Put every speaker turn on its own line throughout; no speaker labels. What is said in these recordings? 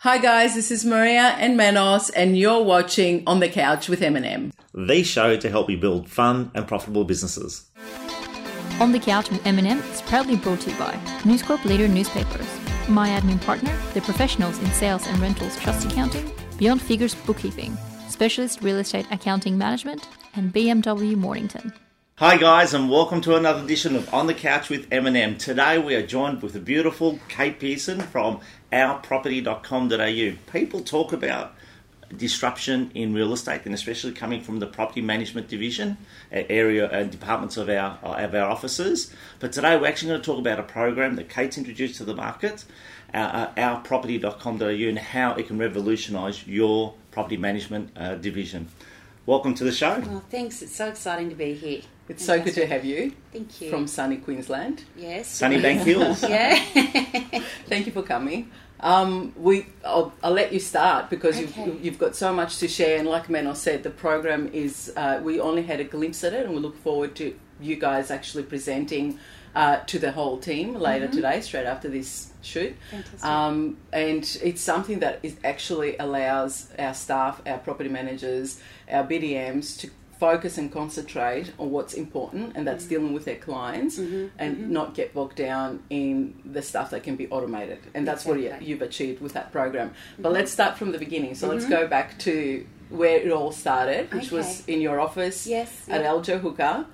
Hi guys, this is Maria and Manos, and you're watching On the Couch with Eminem.
the show to help you build fun and profitable businesses.
On the Couch with Eminem is proudly brought to you by News Corp Leader Newspapers, My Admin Partner, the professionals in sales and rentals trust accounting, Beyond Figures Bookkeeping, Specialist Real Estate Accounting Management, and BMW Mornington.
Hi guys, and welcome to another edition of On the Couch with Eminem. Today we are joined with the beautiful Kate Pearson from ourproperty.com.au. People talk about disruption in real estate, and especially coming from the property management division uh, area and departments of our uh, of our offices. But today we're actually going to talk about a program that Kate's introduced to the market, uh, uh, ourproperty.com.au, and how it can revolutionise your property management uh, division. Welcome to the show.
Well, thanks. It's so exciting to be here.
It's so good to have you
Thank you.
from sunny Queensland.
yes.
Sunnybank Hills.
Yeah.
Thank you for coming. Um, we, I'll, I'll let you start because
Okay.
you've, you've got so much to share. And like Manos said, the program is, uh, we only had a glimpse at it, and we look forward to you guys actually presenting uh, to the whole team later today, straight after this shoot.
Fantastic.
Um, and it's something that is actually allows our staff, our property managers, our BDMs to focus and concentrate on what's important, and that's dealing with their clients and not get bogged down in the stuff that can be automated. And that's what you-
Exactly.
you've achieved with that program.
Mm-hmm.
But let's start from the beginning. So let's go back to where it all started, which was
Okay.
in your office
Yes,
at
yeah. Uh-huh.
Eljo Hooker,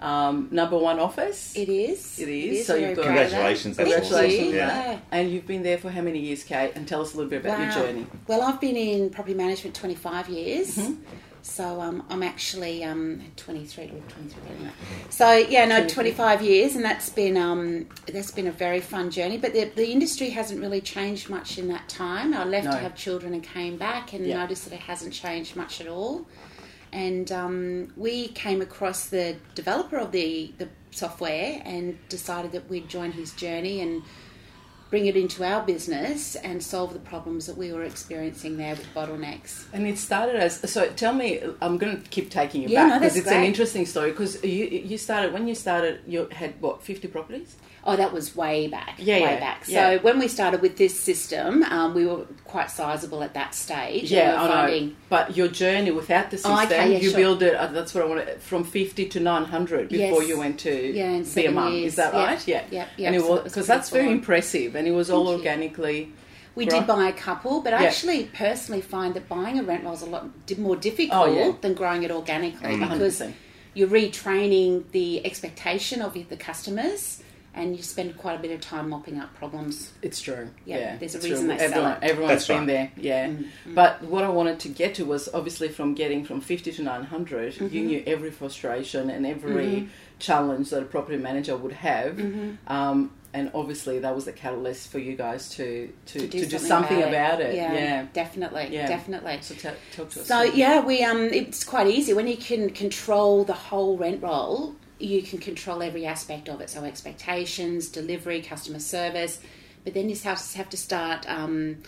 um, number one office.
It is.
It is. So
We're
you've got-
proud of that.
Congratulations, that's
Thank
Congratulations.
you.
awesome,
on
yeah.
that. And you've been there for how many years, Kate? And tell us a little bit about your journey. Mm-hmm.
Well, I've been in property management 25 years. So um, I'm actually um, 23 or 23. anyway. So yeah, no, 25 years, and that's been um, that's been a very fun journey. But the, the industry hasn't really changed much in that time. I left
No.
to have children and came back, and
Yeah.
noticed that it hasn't changed much at all. And um, we came across the developer of the, the software and decided that we'd join his journey and bring it into our business and solve the problems that we were experiencing there with bottlenecks.
And it started as so. Tell me, I'm going to keep taking you
Yeah,
back
no,
because
that's
it's an
great.
interesting story. Because you you started when you started, you had what 50 properties?
Oh, that was way back,
Yeah,
way
yeah,
back. So
yeah.
when we started with this system, um, we were quite sizable at that stage. and we were
I know.
finding-
But your journey without the system,
Oh, okay, yeah,
you
sure.
build it. uh, That's what I want. to- From 50 to 900 before
Yes.
you went to
Yeah, in
be a
seven
mum. Is
years.
that
Yeah,
right? Yeah,
yeah, yeah,
And it
so
was
that was
because that's
pretty
very
full on.
impressive, and it was all
Thank you.
organically.
We
Right.
did buy a couple, but I actually personally find that buying a rent roll is a lot di- more difficult
Oh, yeah. Mm-hmm.
than growing it organically
hundred
because
percent.
you're retraining the expectation of the customers and you spend quite a bit of time mopping up problems.
It's true.
Yeah, there's a
it's
reason
true.
they sell
everyone,
it. Mm.
Everyone's
That's
been
right. Mm.
there. Yeah. But what I wanted to get to was obviously from getting from 50 to 900, you
Mm-hmm.
knew every frustration and every challenge that a property manager would have.
Mm-hmm.
Um, and obviously that was the catalyst for you guys to to, to do, something, about, it. Yeah.
definitely,
Yeah.
definitely.
So tell talk to us.
So yeah, we um, it's quite easy when you can control the whole rent roll. You can control every aspect of it, so expectations, delivery, customer service, but then you have to have to start um,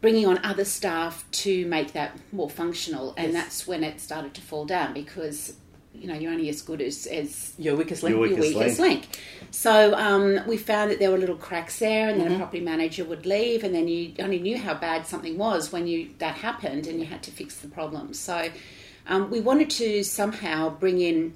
bringing on other staff to make that more functional, and
Yes.
that's when it started to fall down because you know you're only as good as, as
your weakest link.
Your weakest
your weakest link. So um, we found that there were little cracks there, and then a property manager would leave, and then you only knew how bad something was when you that happened, and you had to fix the problem. So um, we wanted to somehow bring in.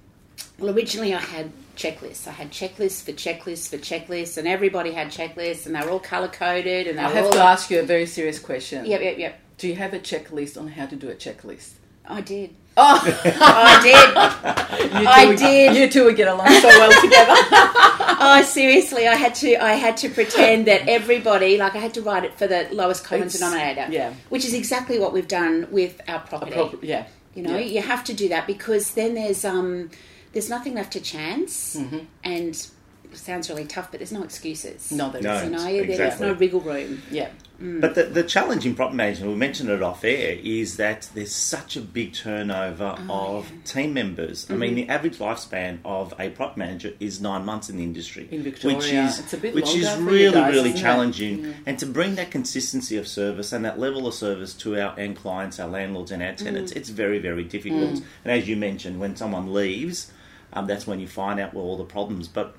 Well, originally I had checklists. I had checklists for checklists for checklists, and everybody had checklists, and they were all color coded, and they
I
were
have
all.
to ask you a very serious question.
Yep, yep, yep.
Do you have a checklist on how to do a checklist?
I did. Oh, I did.
You two
I
would-
did.
You two would get along so well together.
Oh, seriously, I had to. I had to pretend that everybody, like, I had to write it for the lowest common
It's-
denominator.
yeah.
which is exactly what we've done with our property.
Proper- yeah.
You know,
Yeah.
you have to do that because then there's um, there's nothing left to chance,
Mm-hmm.
and it sounds really tough, but there's no excuses.
No, there
No.
isn't.
You know, there's
Exactly.
no wriggle room.
Yeah. Mm.
But the, the challenge in property management, we mentioned it off air, is that there's such a big turnover
Oh,
of team members. I
Mm-hmm.
mean, the average lifespan of a property manager is nine months in the industry,
In Victoria,
which is
it's a bit
which is
longer for you
really
guys,
really
isn't it?
challenging. And to bring that consistency of service and that level of service to our end clients, our landlords, and our tenants,
Mm.
it's very very difficult. And as you mentioned, when someone leaves, um, that's when you find out where all the problems. But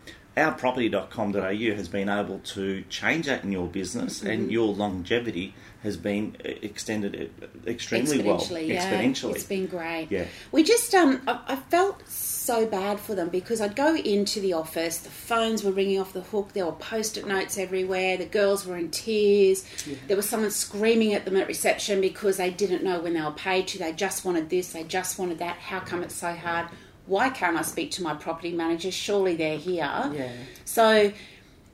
ourproperty.com.au has been able to change that in your business
Mm-hmm.
and your longevity has been uh, extended uh, extremely well
exponentially. Yeah,
exponentially
it's been great.
Yeah.
we just um, I, I felt so bad for them because I'd go into the office, the phones were ringing off the hook, there were post-it notes everywhere, the girls were in tears, there was someone screaming at them at reception because they didn't know when they were paid to, they just wanted this, they just wanted that. How come it's so hard? Why can't I speak to my property manager? Surely they're here.
Yeah.
So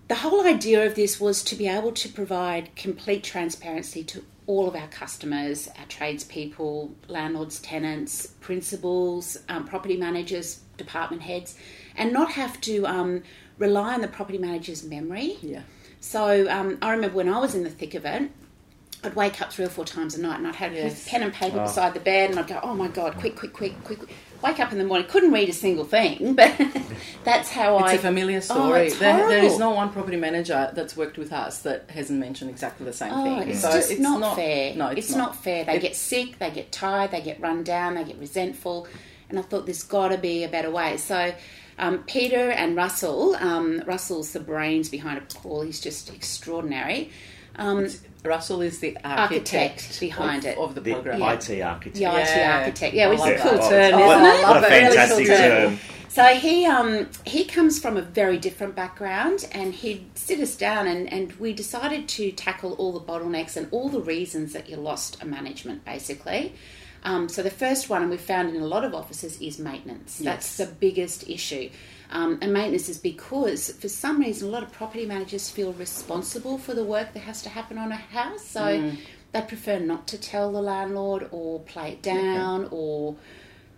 the whole idea of this was to be able to provide complete transparency to all of our customers, our tradespeople, landlords, tenants, principals, um, property managers, department heads, and not have to um, rely on the property manager's memory.
Yeah.
So um, I remember when I was in the thick of it, I'd wake up three or four times a night and I'd have
Yes.
pen and paper beside the bed and I'd go, oh my God, quick, quick, quick, quick. quick." Wake up in the morning, couldn't read a single thing, but that's how I.
It's a familiar
Oh,
story.
it's
there, there is
horrible.
no one property manager that's worked with us that hasn't mentioned exactly the same
Oh,
thing.
it's
so
just
it's
not, fair.
No, it's,
not. fair. They get sick, they get tired, they get run down, they get resentful. And I thought there's got to be a better way. So um, Peter and Russell, um, Russell's the brains behind it all. He's just extraordinary. Um,
Russell is the architect,
Architect behind
of,
it.
of the
the
program.
IT architect
the IT
Yeah.
architect. Yeah, which
I
is a
love
cool
that.
term,
Oh,
isn't
I
it?
love
What a
it. Really
fantastic
cool term.
term.
So he um, he comes from a very different background, and he'd sit us down, and, and we decided to tackle all the bottlenecks and all the reasons that you lost a management, basically. Um, so the first one, and we found in a lot of offices, is maintenance. That's the biggest issue, um, and maintenance is because for some reason a lot of property managers feel responsible for the work that has to happen on a house, so they prefer not to tell the landlord or play it down or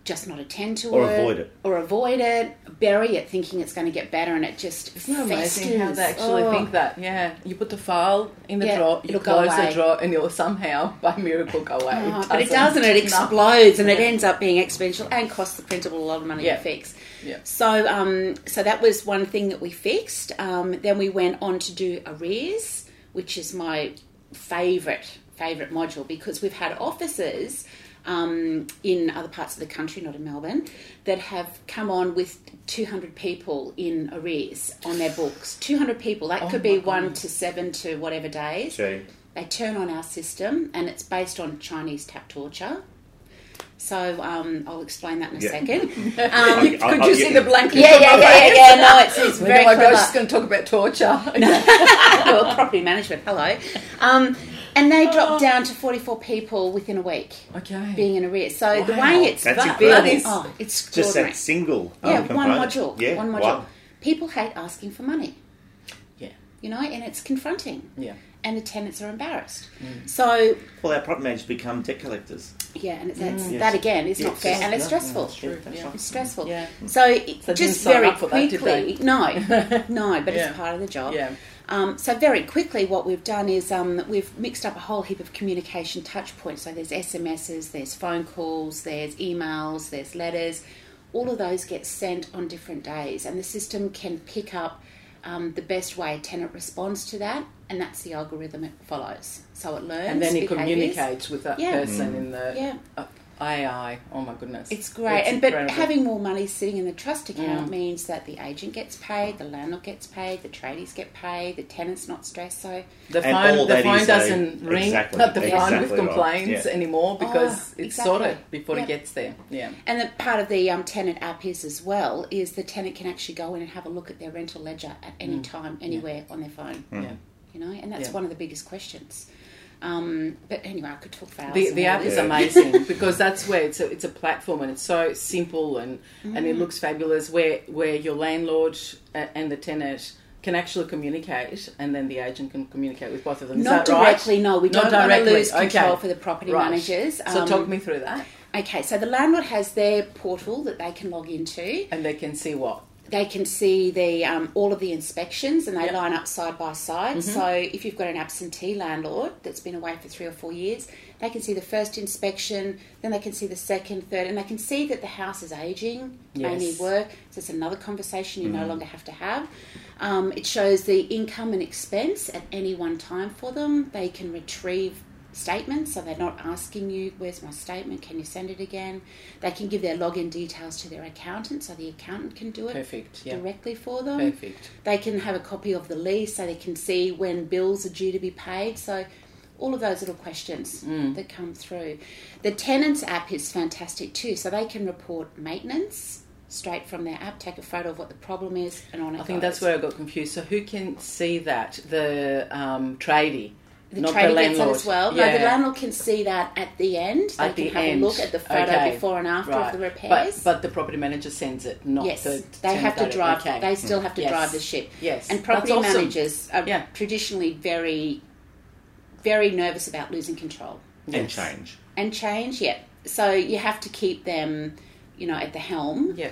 just not attend to
Or
it
avoid it.
or avoid it, bury it thinking it's going to get better, and it just
Isn't that amazing how
festers.
they actually
Oh.
think that? Yeah, you put the file in the
Yeah,
drawer, you
it'll go
close the
away.
drawer, and it'll somehow by miracle go away.
Oh, but it doesn't. It explodes, and it ends up being exponential and costs the principal a lot of money
Yeah.
to fix.
Yeah.
So, um, so that was one thing that we fixed. Um, then we went on to do arrears, which is my favourite favourite module because we've had offices. Um, in other parts of the country, not in Melbourne, that have come on with 200 people in arrears on their books. 200 people, that could be one to seven to whatever days
Gee.
they turn on our system and it's based on Chinese tap torture. So um, I'll explain that in a
Yeah.
second. Um,
I- I-
Could
I-
you see the blank?
yeah, yeah, yeah, yeah, yeah. No, it's, it's very
my
clever.
gosh, she's going to talk about torture.
well, property management. Hello. Um, and they
Oh.
dropped down to 44 people within a week
okay.
being in arrears. So the
Wow.
way it's
That's
that,
incredible.
that is, oh, it's
just
extraordinary.
that single um,
yeah, one
component.
module.
yeah
one module.
wow.
People hate asking for money.
Yeah.
You know, and it's confronting.
Yeah.
And the tenants are embarrassed.
Mm.
So
well our property managers become debt collectors
Yeah, and it's, that's,
Yes.
that again is not
Yes.
fair, and it's
No,
stressful.
no, it's true. Yeah.
It's stressful.
Yeah.
So, it,
So they didn't
just
sign
very
up for that, did
quickly, no, no, but
Yeah.
it's part of the job.
Yeah.
Um, so very quickly, what we've done is um, we've mixed up a whole heap of communication touch points. So there's SMSs, there's phone calls, there's emails, there's letters. All of those get sent on different days, and the system can pick up um, the best way a tenant responds to that, and that's the algorithm it follows. So it learns
And then he
behaviours.
communicates with that
Yeah.
person in the
Yeah.
uh, AI. Oh my goodness,
It's great, and
incredible. Mm.
but having more money sitting in the trust account means that the agent gets paid, the landlord gets paid, the tradies get paid, the tenant's not stressed. So
the
and all
phone, the
that
phone
is a-
doesn't ring,
exactly,
not the phone
exactly
with
right.
complaints
Yeah.
anymore because
Oh,
it's
exactly.
sorted before
Yeah.
it gets there. Yeah.
And the part of the um, tenant app is as well is the tenant can actually go in and have a look at their rental ledger at any time, anywhere on their phone.
Mm.
Yeah.
You know, and that's
Mm. Yeah.
one of the biggest questions. Um, but anyway, I could talk for hours.
The,
on
the
all
app
this.
is amazing because that's where it's a, it's a platform and it's so simple and, and
Mm.
it looks fabulous where, where your landlord a- and the tenant can actually communicate and then the agent can communicate with both of them. Is
Not
that right?
directly, no, we
Not
don't wanna
directly,
lose control
okay.
for the property
Right.
managers,
so
um,
talk me through that
Okay, so the landlord has their portal that they can log into.
and they can see what.
they can see the um, all of the inspections and they
Yep. Mm-hmm.
line up side by side. So if you've got an absentee landlord that's been away for three or four years, they can see the first inspection, then they can see the second, third, and they can see that the house is aging,
Yes. Mm-hmm.
they need work. So it's another conversation you no longer have to have. Um, it shows the income and expense at any one time for them. They can retrieve statements, so they're not asking you, "Where's my statement? Can you send it again?" They can give their login details to their accountant, so the accountant can do it
Perfect, yeah.
directly for them.
Perfect.
They can have a copy of the lease, so they can see when bills are due to be paid. So all of those little questions
Mm.
that come through. The tenants app is fantastic too, so they can report maintenance straight from their app, take a photo of what the problem is, and on it
I think
goes.
that's where I got confused. So who can see that? The um, tradie,
the
not
trader
the
gets
landlord.
on as well. No, the landlord can see that at the end. They
At
can
the
have
end.
a look at the photo
Okay.
before and after
Right.
of the repairs.
But, but the property manager sends it, not
yes,
the
they
tenant
have to
directly.
drive.
Okay. Hmm.
They still have to
Yes.
drive the ship.
Yes.
and
That's
property
awesome.
managers are
Yeah.
traditionally very, very nervous about losing control
and
Yes.
change.
and change. Yeah, so you have to keep them, you know, at the helm.
Mm. Yeah.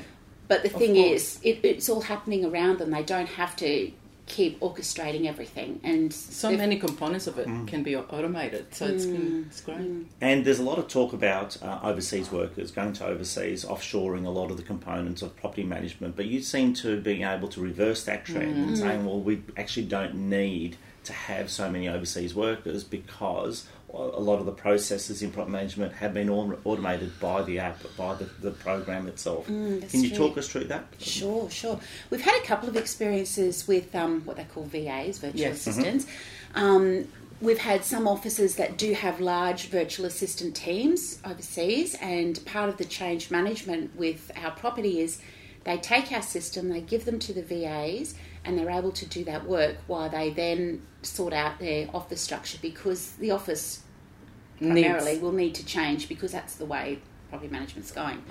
But the thing
course.
is, it, it's all happening around them. They don't have to keep orchestrating everything. And
So many components of it
Mm.
can be automated. So it's
Mm.
been it's great.
And there's a lot of talk about uh, overseas workers going to overseas, offshoring a lot of the components of property management. But you seem to be able to reverse that trend and saying, well, we actually don't need to have so many overseas workers because a lot of the processes in property management have been au- automated by the app, by the, the program itself.
that's
Can you
true.
talk us through that?
Sure, sure. We've had a couple of experiences with um, what they call VAs, virtual
Yes.
assistants. Um, we've had some offices that do have large virtual assistant teams overseas, and part of the change management with our property is they take our system, they give them to the VAs, and they're able to do that work while they then sort out their office structure because the office primarily will need to change because that's the way property management's going.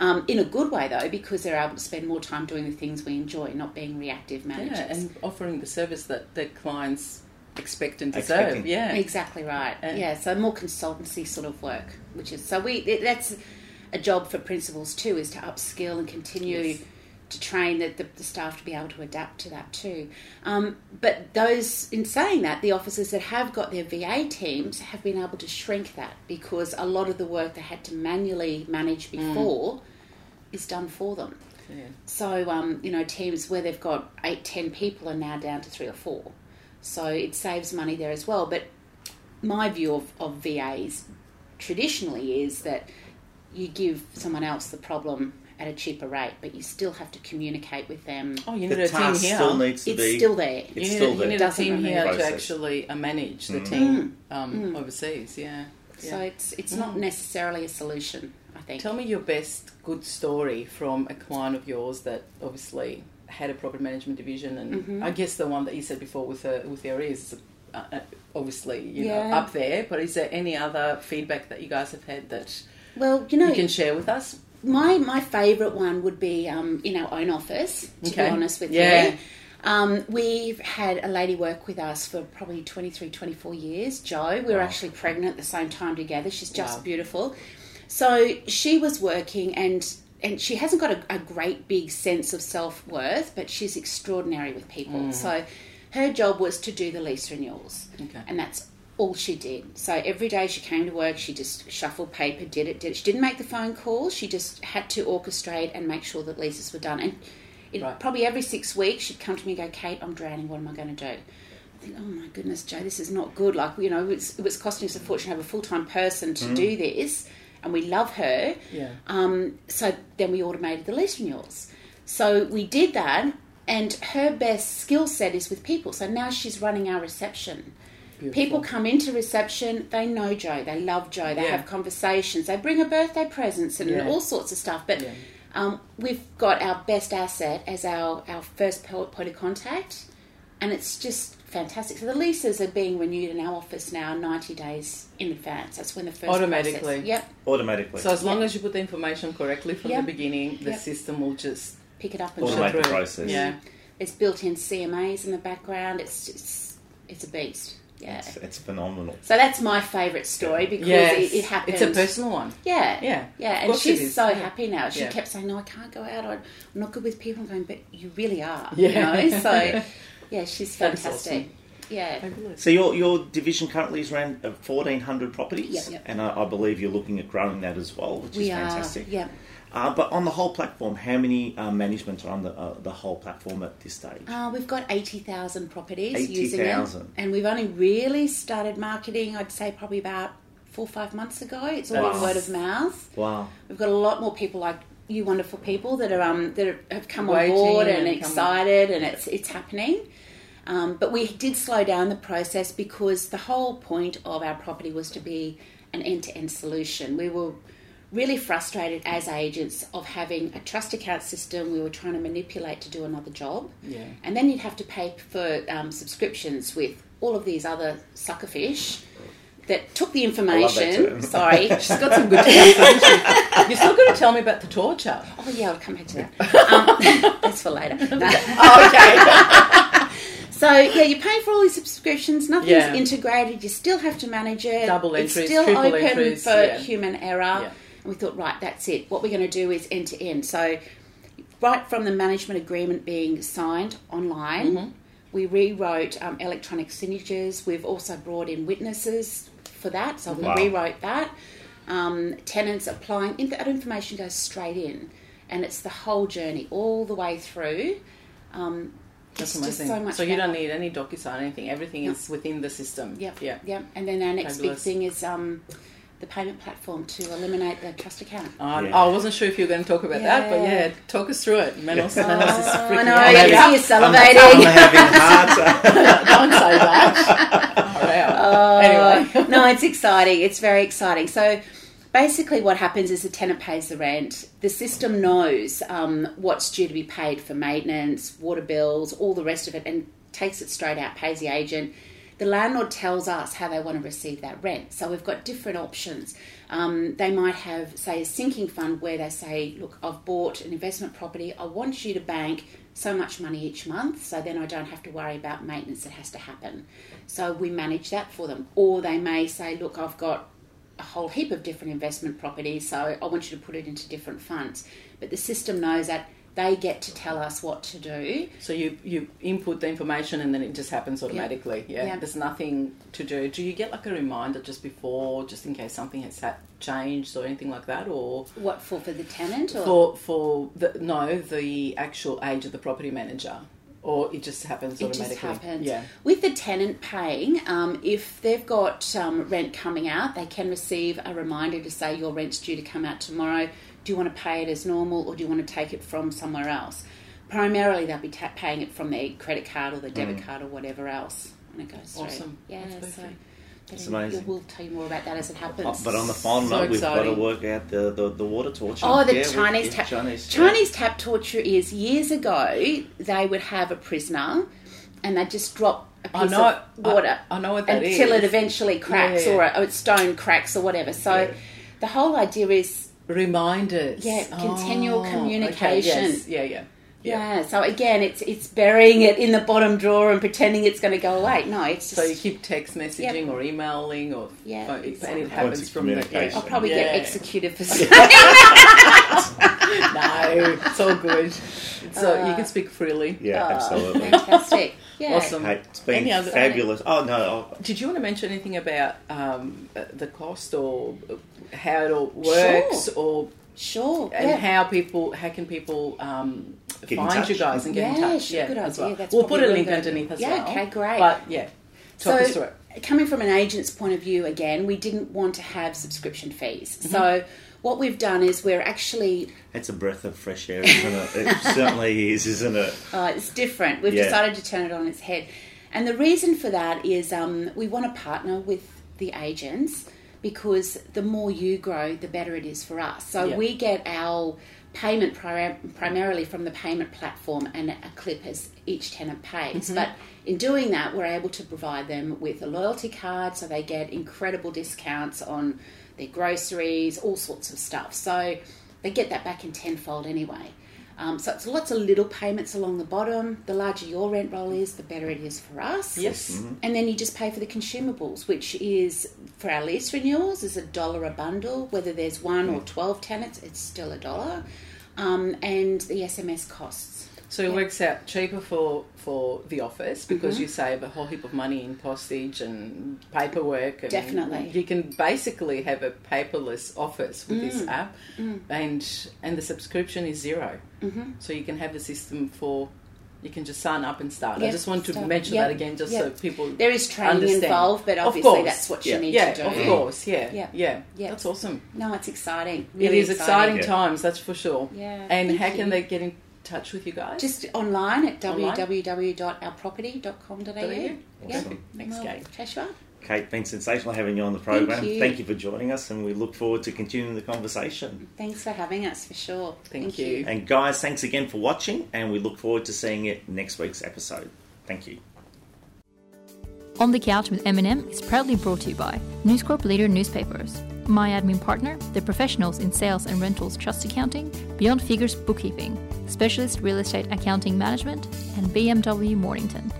Um, in a good way though, because they're able to spend more time doing the things we enjoy, not being reactive managers.
Yeah, and offering the service that the clients expect and deserve.
Expecting.
Yeah. Uh,
exactly right.
And-
yeah, so more consultancy sort of work, which is so we it- that's a job for principals too, is to upskill and continue.
Yes.
To train the, the, the staff to be able to adapt to that too. Um, but those, in saying that, the officers that have got their VA teams have been able to shrink that because a lot of the work they had to manually manage
Mm.
before is done for them.
Yeah.
So, um, you know, teams where they've got eight, ten people are now down to three or four. So it saves money there as well. But my view of, of VAs traditionally is that you give someone else the problem at a cheaper rate, but you still have to communicate with them.
Oh, you need
The
a team
task
here.
still needs to
it's
be.
still there.
you
It's
need,
still
you
there.
need a
Doesn't
team
remove
here
process. Mm.
to actually uh, manage the team um, overseas. Yeah. yeah.
So it's it's not necessarily a solution, I think.
Tell me your best good story from a client of yours that obviously had a property management division, and
Mm-hmm.
I guess the one that you said before with the, with their ears, uh, uh, obviously you know
Yeah.
up there. But is there any other feedback that you guys have had that
well, you know,
you can share with us?
my my favourite one would be um, in our own office. To
Okay.
be honest with
Yeah.
you, um, we've had a lady work with us for probably 23, 24 years. Jo, we were actually pregnant at the same time together. She's just
Wow.
beautiful. So she was working and. And she hasn't got a, a great big sense of self worth, but she's extraordinary with people.
Mm.
So her job was to do the lease renewals.
Okay.
And that's all she did. So every day she came to work, she just shuffled paper, did it, did it. She didn't make the phone calls. She just had to orchestrate and make sure that leases were done. And it,
Right.
probably every six weeks, she'd come to me and go, Kate, I'm drowning. What am I going to do? I think, oh my goodness, Joe, this is not good. Like, you know, it's, it was costing us a fortune to have a full time person to do this. And we love her.
Mm. Yeah.
Um, so then we automated the lease renewals. So we did that, and her best skill set is with people. So now she's running our reception. People come into reception, they know Joe, they love Joe, they
Yeah.
have conversations, they bring her birthday presents and
Yeah.
all sorts of stuff. But um, we've got our best asset as our, our first po- point of contact, and it's just fantastic. So the leases are being renewed in our office now 90 days in advance. That's when the first
Automatically.
process- Yep,
Automatically.
So as long as you put the information correctly from
Yeah.
the beginning, the
Yeah.
system will just
pick it up and
Automatic.
shut
Automate the
through.
process.
Yeah.
There's built-in CMAs in the background. It's it's, it's a beast. Yeah.
it's, it's phenomenal.
So that's my favourite story because
Yes.
it, it happened.
It's a personal one.
Yeah,
Yeah,
yeah.
of
And
course it
she's
is.
so
Yeah.
happy now. She
Yeah.
kept saying, "No, I can't go out. I'm not good with people." I'm going, "But you really are."
Yeah.
You know? So, yeah, she's
That is
fantastic. Yeah.
Fabulous.
So your your division currently is around uh, 1,400 properties,
Yep, yep.
and I, I believe you're looking at growing that as well, which
We
is
are,
fantastic.
yeah.
Uh, but on the whole platform, how many uh, management are on the uh, the whole platform at this stage?
Uh, we've got 80,000 properties using it.
80,000.
And we've only really started marketing, I'd say, probably about four or five months ago. It's all
Wow.
been word of mouth.
wow.
We've got a lot more people like you wonderful people that are um that have come
Waiting
on board and,
and come-
excited and it's it's happening. Um, but we did slow down the process because the whole point of our property was to be an end-to-end solution. We were really frustrated as agents of having a trust account system we were trying to manipulate to do another job.
Yeah.
And then you'd have to pay for um, subscriptions with all of these other suckerfish that took the
love that
information.
term.
Sorry,
She's got some good tips. hasn't she? You're still going to tell me about the torture.
Oh yeah, I'll come back to that. Um, that's for later. No. Oh,
okay.
So yeah, you're paying for all these subscriptions. Nothing's
Yeah.
integrated. You still have to manage it.
Double
it's
entries,
still
triple
open
entries,
for
yeah.
human error.
Yeah.
And we thought, right, that's it. What we're going to do is end to end. So right from the management agreement being signed online,
Mm-hmm.
we rewrote um, electronic signatures. We've also brought in witnesses for that. So
Wow.
we rewrote that. Um, tenants applying, in- that information goes straight in. And it's the whole journey, all the way through. Um,
That's
it's just
amazing.
so much
you
better.
don't need any DocuSign, anything. Everything is within the system.
Yep.
Yeah.
Yep. And then our next
Fabulous.
big thing is um, the payment platform to eliminate the trust account.
I,
Yeah.
I wasn't sure if you were going to talk about that, but
Yeah.
yeah, talk us through it. Manos,
Oh,
Manos is
I
freaking
know.
out.
I can see you
I'm,
salivating.
I'm having heart.
Don't say that.
Uh,
Oh, wow. anyway.
no, it's exciting. It's very exciting. So basically, what happens is the tenant pays the rent. The system knows um, what's due to be paid for maintenance, water bills, all the rest of it, and takes it straight out, pays the agent. The landlord tells us how they want to receive that rent. So we've got different options. Um, they might have, say, a sinking fund where they say, Look, I've bought an investment property. I want you to bank so much money each month, so then I don't have to worry about maintenance that has to happen. So we manage that for them. Or they may say, Look, I've got a whole heap of different investment properties, so I want you to put it into different funds. But the system knows that they get to tell us what to do.
So you, you input the information and then it just happens automatically. Yeah.
Yeah.
There's nothing to do. Do you get like a reminder just before, just in case something has ha- changed or anything like that? Or
What for for the tenant?
for,
Or
for the, no, the actual age of the property manager? Or it just happens
it
automatically?
just happens.
Yeah.
With the tenant paying, um, if they've got um, rent coming out, they can receive a reminder to say your rent's due to come out tomorrow. Do you want to pay it as normal, or do you want to take it from somewhere else? Primarily, they'll be ta- paying it from their credit card or
Mm.
their debit card or whatever else when it goes through.
Awesome.
Yeah.
That's
so,
perfect.
but
It's
anyway,
amazing.
We'll tell you more about that as it happens.
Oh, But on the final
So
note, we've got to
exciting.
work out the, the, the water torture.
Oh, the
Yeah, we-
Chinese
yeah,
tap.
Chinese. yeah.
Chinese tap torture is years ago they would have a prisoner, and they just drop a
I
piece
know-
of water.
I- I know what that
until
is.
it eventually cracks
Yeah.
or a, or its stone cracks or whatever. So,
Yeah.
the whole idea is
Reminders. Oh,
Yeah, continual
okay,
communication.
yes, Yeah, yeah.
yeah. So again, it's it's burying it in the bottom drawer and pretending it's going to go away. No, it's just
So you keep text messaging or emailing or
Yeah,
phone- it's- and
exactly.
it happens
Constant
from the yeah.
communication.
I'll probably get
Yeah.
executed for something.
No, it's all good. So you
Uh.
can speak freely.
Yeah, absolutely.
Fantastic. Yeah.
Awesome.
Hey, it's been
Any other-
fabulous. Oh, no. oh,
Did you want to mention anything about um, uh, the cost or uh, how it all works or
Sure.
and
yeah.
how people how can people um,
in
find you
touch.
guys and get in
Yeah,
touch?
sure, good
as
idea.
well.
That's
we'll put a
probably
link
really good.
underneath as
Yeah,
well.
okay, great.
But yeah, talk us through
so,
it.
coming from an agent's point of view, again, we didn't want to have subscription fees.
Mm-hmm.
So, what we've done is we're actually
It's a breath of fresh air, isn't it? It certainly is, isn't it?
uh, it's different. We've
Yeah.
decided to turn it on its head, and the reason for that is um, we want to partner with the agents because the more you grow, the better it is for us. So
Yeah.
we get our payment pri- primarily from the payment platform and a clip as each tenant pays. But in doing that, we're able to provide them with a loyalty card, so they get incredible discounts on their groceries, all sorts of stuff. So they get that back in tenfold anyway. Um, so it's lots of little payments along the bottom. The larger your rent roll is, the better it is for us.
Yes.
Mm-hmm.
And then you just pay for the consumables, which is for our lease renewals is a dollar a bundle. Whether there's one or twelve tenants, it's still a dollar. Um, and the SMS costs.
So it works out cheaper for, for the office
Mm-hmm.
because you save a whole heap of money in postage and paperwork. And
Definitely.
You can basically have a paperless office with
Mm.
this app, and and the subscription is 0 Mm-hmm. So you can have the system for. You can just sign up and start. I
Yeah,
just want to
start.
mention
Yeah,
that again, just
yeah.
so people.
There is training
Understand.
involved, but
Of
obviously
course.
that's what you
Yeah.
need
yeah,
to do.
of course. Yeah,
Yeah.
yeah, yeah.
Yeah.
That's awesome.
No, it's exciting.
it
Really
is exciting
exciting.
times, that's for sure.
Yeah.
And
Thank
how can
you.
they get in touch with you guys?
Just online at
Online?
www.ourproperty.com.au. Yeah.
Awesome.
Thanks,
Well,
Kate.
Cash you up.
Kate, been sensational having you on the program.
you.
for joining us, and we look forward to continuing the conversation.
Thanks for having us for sure.
Thank you.
And guys, thanks again for watching, and we look forward to seeing it next week's episode. Thank you.
On the Couch with Eminem is proudly brought to you by News Corp Leader Newspapers, my admin partner, the professionals in sales and rentals trust accounting, Beyond Figures Bookkeeping, specialist real estate accounting management, and BMW Mornington.